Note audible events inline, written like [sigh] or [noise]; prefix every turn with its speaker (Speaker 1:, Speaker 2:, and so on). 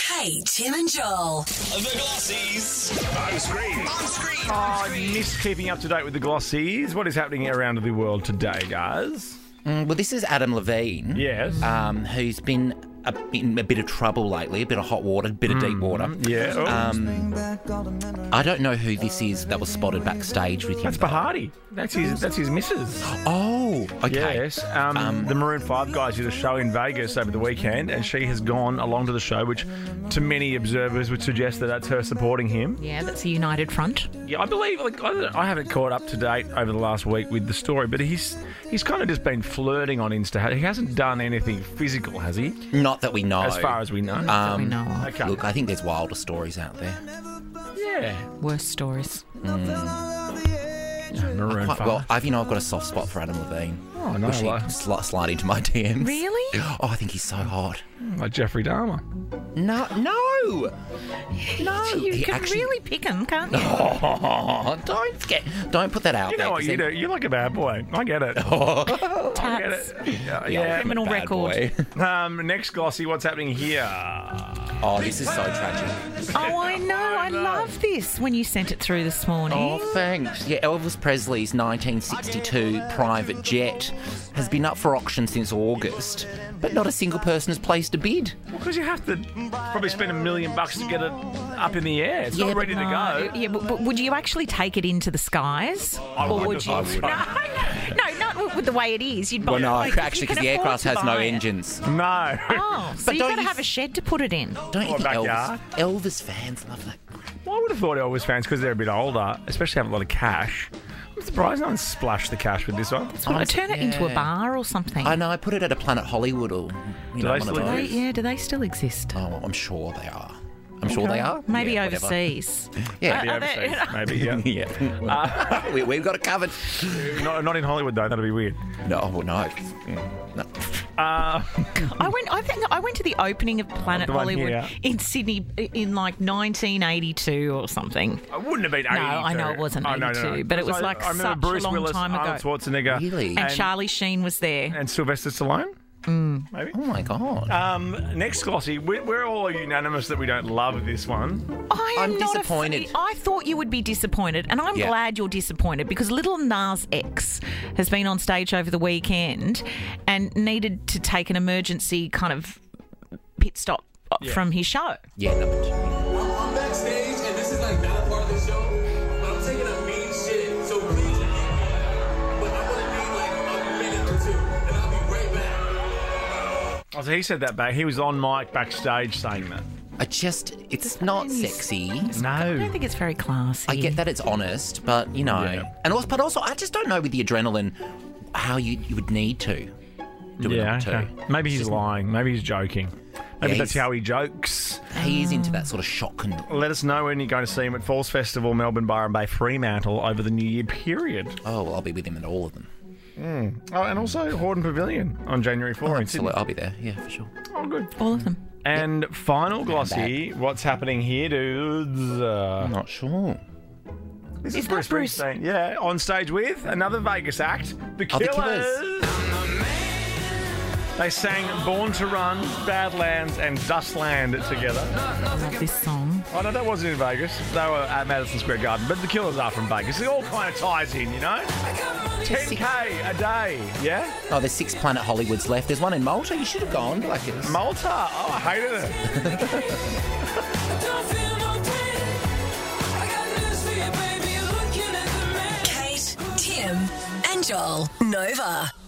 Speaker 1: Hey, Tim and Joel.
Speaker 2: The Glossies.
Speaker 3: On screen. On screen.
Speaker 4: Oh, I miss keeping up to date with the glossies. What is happening around the world today, guys? Uh,
Speaker 5: Mm, Well, this is Adam Levine.
Speaker 4: Yes.
Speaker 5: Um, who's been a, in a bit of trouble lately, a bit of hot water, a bit of deep water.
Speaker 4: yeah. Oh,
Speaker 5: I don't know who this is that was spotted backstage with him.
Speaker 4: that's
Speaker 5: though.
Speaker 4: Bahardi. That's his. That's his missus.
Speaker 5: Oh, okay.
Speaker 4: Yes. Um, the Maroon Five guys did a show in Vegas over the weekend, and she has gone along to the show, which to many observers would suggest that that's her supporting him.
Speaker 6: Yeah, that's a united front.
Speaker 5: Um,
Speaker 4: Yeah, I believe. Like, I, don't- I haven't caught up to date over the last week with the story, but he's he's kind of just been flirting on Insta. He hasn't done anything physical, has he?
Speaker 5: Not that we know.
Speaker 4: As far as we know.
Speaker 6: that we know of.
Speaker 4: okay.
Speaker 5: Look, I think there's wilder stories out there.
Speaker 4: yeah.
Speaker 6: Worst stories.
Speaker 4: Maroon
Speaker 5: Quite
Speaker 4: Five.
Speaker 5: well, I've you know I've got a soft spot for Adam Levine.
Speaker 4: Oh, no,
Speaker 5: Wish he'd
Speaker 4: like-
Speaker 5: sli- slide into my [laughs] DMs.
Speaker 6: Really?
Speaker 5: Oh, I think he's so hot.
Speaker 4: like Jeffrey Dahmer.
Speaker 5: No, no, no.
Speaker 6: you
Speaker 5: He
Speaker 6: can
Speaker 5: actually-
Speaker 6: really pick him, can't you?
Speaker 5: Oh, don't get, don't put that out
Speaker 4: You
Speaker 5: there.
Speaker 4: know what
Speaker 5: 'cause
Speaker 4: you do?
Speaker 5: then-
Speaker 4: You're like a bad boy. I get it. I get
Speaker 6: Tats.
Speaker 4: it. Yeah.
Speaker 5: Yeah, I'm a
Speaker 6: criminal
Speaker 5: bad
Speaker 6: record.
Speaker 5: boy. [laughs]
Speaker 4: yeah. Um, next glossy, what's happening here?
Speaker 5: Oh, this is so tragic.
Speaker 6: Oh,
Speaker 5: [laughs]
Speaker 6: I know. I love this when you sent it through this morning.
Speaker 5: Oh, thanks. Yeah, Elvis Presley's 1962 private jet has been up for auction since August, but not a single person has placed a bid.
Speaker 4: Because you have to probably spend a million bucks to get it up in the air. It's
Speaker 5: Yeah,
Speaker 4: not ready to go.
Speaker 6: No, yeah, but, but would you actually take it into the skies?
Speaker 5: Oh,
Speaker 4: I
Speaker 6: or
Speaker 4: wouldn't.
Speaker 6: would you?
Speaker 4: I wouldn't.
Speaker 6: [laughs] No, no, no, not with- with the way it is. You'd buy
Speaker 5: Well, no,
Speaker 6: like, if you
Speaker 5: actually,
Speaker 6: can
Speaker 5: because the
Speaker 6: afford
Speaker 5: aircraft
Speaker 6: to
Speaker 5: has no
Speaker 6: buy it.
Speaker 5: engines.
Speaker 4: No.
Speaker 5: [laughs]
Speaker 6: Oh, so
Speaker 5: But
Speaker 6: you've
Speaker 5: don't
Speaker 6: got to
Speaker 5: you- Oh,
Speaker 6: have a shed to put it in.
Speaker 5: Don't you
Speaker 4: Or
Speaker 5: think Elvis,
Speaker 4: backyard.
Speaker 5: Elvis fans love that?
Speaker 4: Well, I would have thought Elvis fans, because they're a bit older, especially have a lot of cash. I'm surprised no one splashed the cash with this one.
Speaker 6: Well, turn it into a
Speaker 5: yeah.
Speaker 6: bar or something.
Speaker 5: I know. I put it at a Planet Hollywood or
Speaker 4: Do
Speaker 5: you know,
Speaker 4: they
Speaker 5: one of
Speaker 4: still
Speaker 6: Do they-
Speaker 5: those.
Speaker 4: exist?
Speaker 6: yeah, do they still exist?
Speaker 5: Oh, I'm sure they are. I'm sure they are.
Speaker 6: Maybe
Speaker 5: Yeah, whatever.
Speaker 6: overseas.
Speaker 5: Yeah.
Speaker 4: Maybe
Speaker 6: Are they-
Speaker 4: overseas, maybe, yeah.
Speaker 5: [laughs] yeah. [laughs] we, we've got it covered.
Speaker 4: not, not in Hollywood, though. That'd be weird.
Speaker 5: No, well, no. no.
Speaker 6: I went. I think I went to the opening of Planet
Speaker 4: The one
Speaker 6: Hollywood
Speaker 4: here.
Speaker 6: in Sydney in like 1982 or something.
Speaker 4: I wouldn't have been 82.
Speaker 6: I know it wasn't
Speaker 4: Oh, no, no, no.
Speaker 6: 82, but it was
Speaker 4: I-
Speaker 6: like
Speaker 4: I remember
Speaker 6: such a
Speaker 4: Bruce
Speaker 6: long
Speaker 4: Willis,
Speaker 6: time ago.
Speaker 4: Arnold Schwarzenegger.
Speaker 5: Really?
Speaker 6: And, Charlie Sheen was there.
Speaker 4: and Sylvester Stallone? Maybe.
Speaker 5: Oh my god.
Speaker 4: Um, next glossy. We're, we're all unanimous that we don't love this one.
Speaker 6: I am
Speaker 5: I'm
Speaker 6: not a-
Speaker 5: disappointed.
Speaker 6: I thought you would be disappointed, and I'm
Speaker 5: Yeah.
Speaker 6: glad you're disappointed because Little Nas X has been on stage over the weekend and needed to take an emergency kind of pit stop from his show.
Speaker 5: yeah. No,
Speaker 7: I'm backstage and this is like not a part of the show, but I'm taking a mean shit, so please let me go. But I'm gonna need like a minute or two, and I'll be right back.
Speaker 4: Oh, so he said that back. He was on mic backstage saying that.
Speaker 5: I just. It's not sexy.
Speaker 6: I don't
Speaker 4: No.
Speaker 6: think it's very classy.
Speaker 5: Oh. I get that it's honest, but you know,
Speaker 4: Yeah.
Speaker 5: and also, but also, I just don't know with the adrenaline how you, you would need to do
Speaker 4: Yeah,
Speaker 5: it
Speaker 4: okay.
Speaker 5: too.
Speaker 4: Maybe he's lying. Maybe he's joking. Maybe
Speaker 5: Yeah,
Speaker 4: that's
Speaker 5: he's-
Speaker 4: how he jokes.
Speaker 5: He is into that sort of shock and.
Speaker 4: Let us know when you're going to see him at Falls Festival, Melbourne Byron Bay, Fremantle over the New Year period.
Speaker 5: Oh, well, I'll be with him at all of them.
Speaker 4: Oh, and also Horden Pavilion on January 4th.
Speaker 5: Absolutely, I'll be there. Yeah, for sure.
Speaker 4: oh, good.
Speaker 6: all of them.
Speaker 4: And final glossy. What's happening here, dudes? Uh,
Speaker 5: I'm not sure.
Speaker 4: This
Speaker 6: Is that Bruce?
Speaker 4: Springsteen. Yeah, on stage with another Vegas act, The
Speaker 5: Oh, The
Speaker 4: Killers.
Speaker 5: Killers.
Speaker 4: They sang Born to Run, Badlands, and Dustland together.
Speaker 6: I love this song.
Speaker 4: Oh, no, that wasn't in Vegas. They were at Madison Square Garden, but The Killers are from Vegas. It all kind of ties in, you know? 10K a day, yeah?
Speaker 5: Oh, there's six Planet Hollywoods left. There's one in Malta. You should have gone. Like it's.
Speaker 4: Malta. Oh, I hated it.
Speaker 7: Don't feel no pain. I got news for you, baby. You're looking at the man.
Speaker 1: Kate, Tim, and Joel. Nova.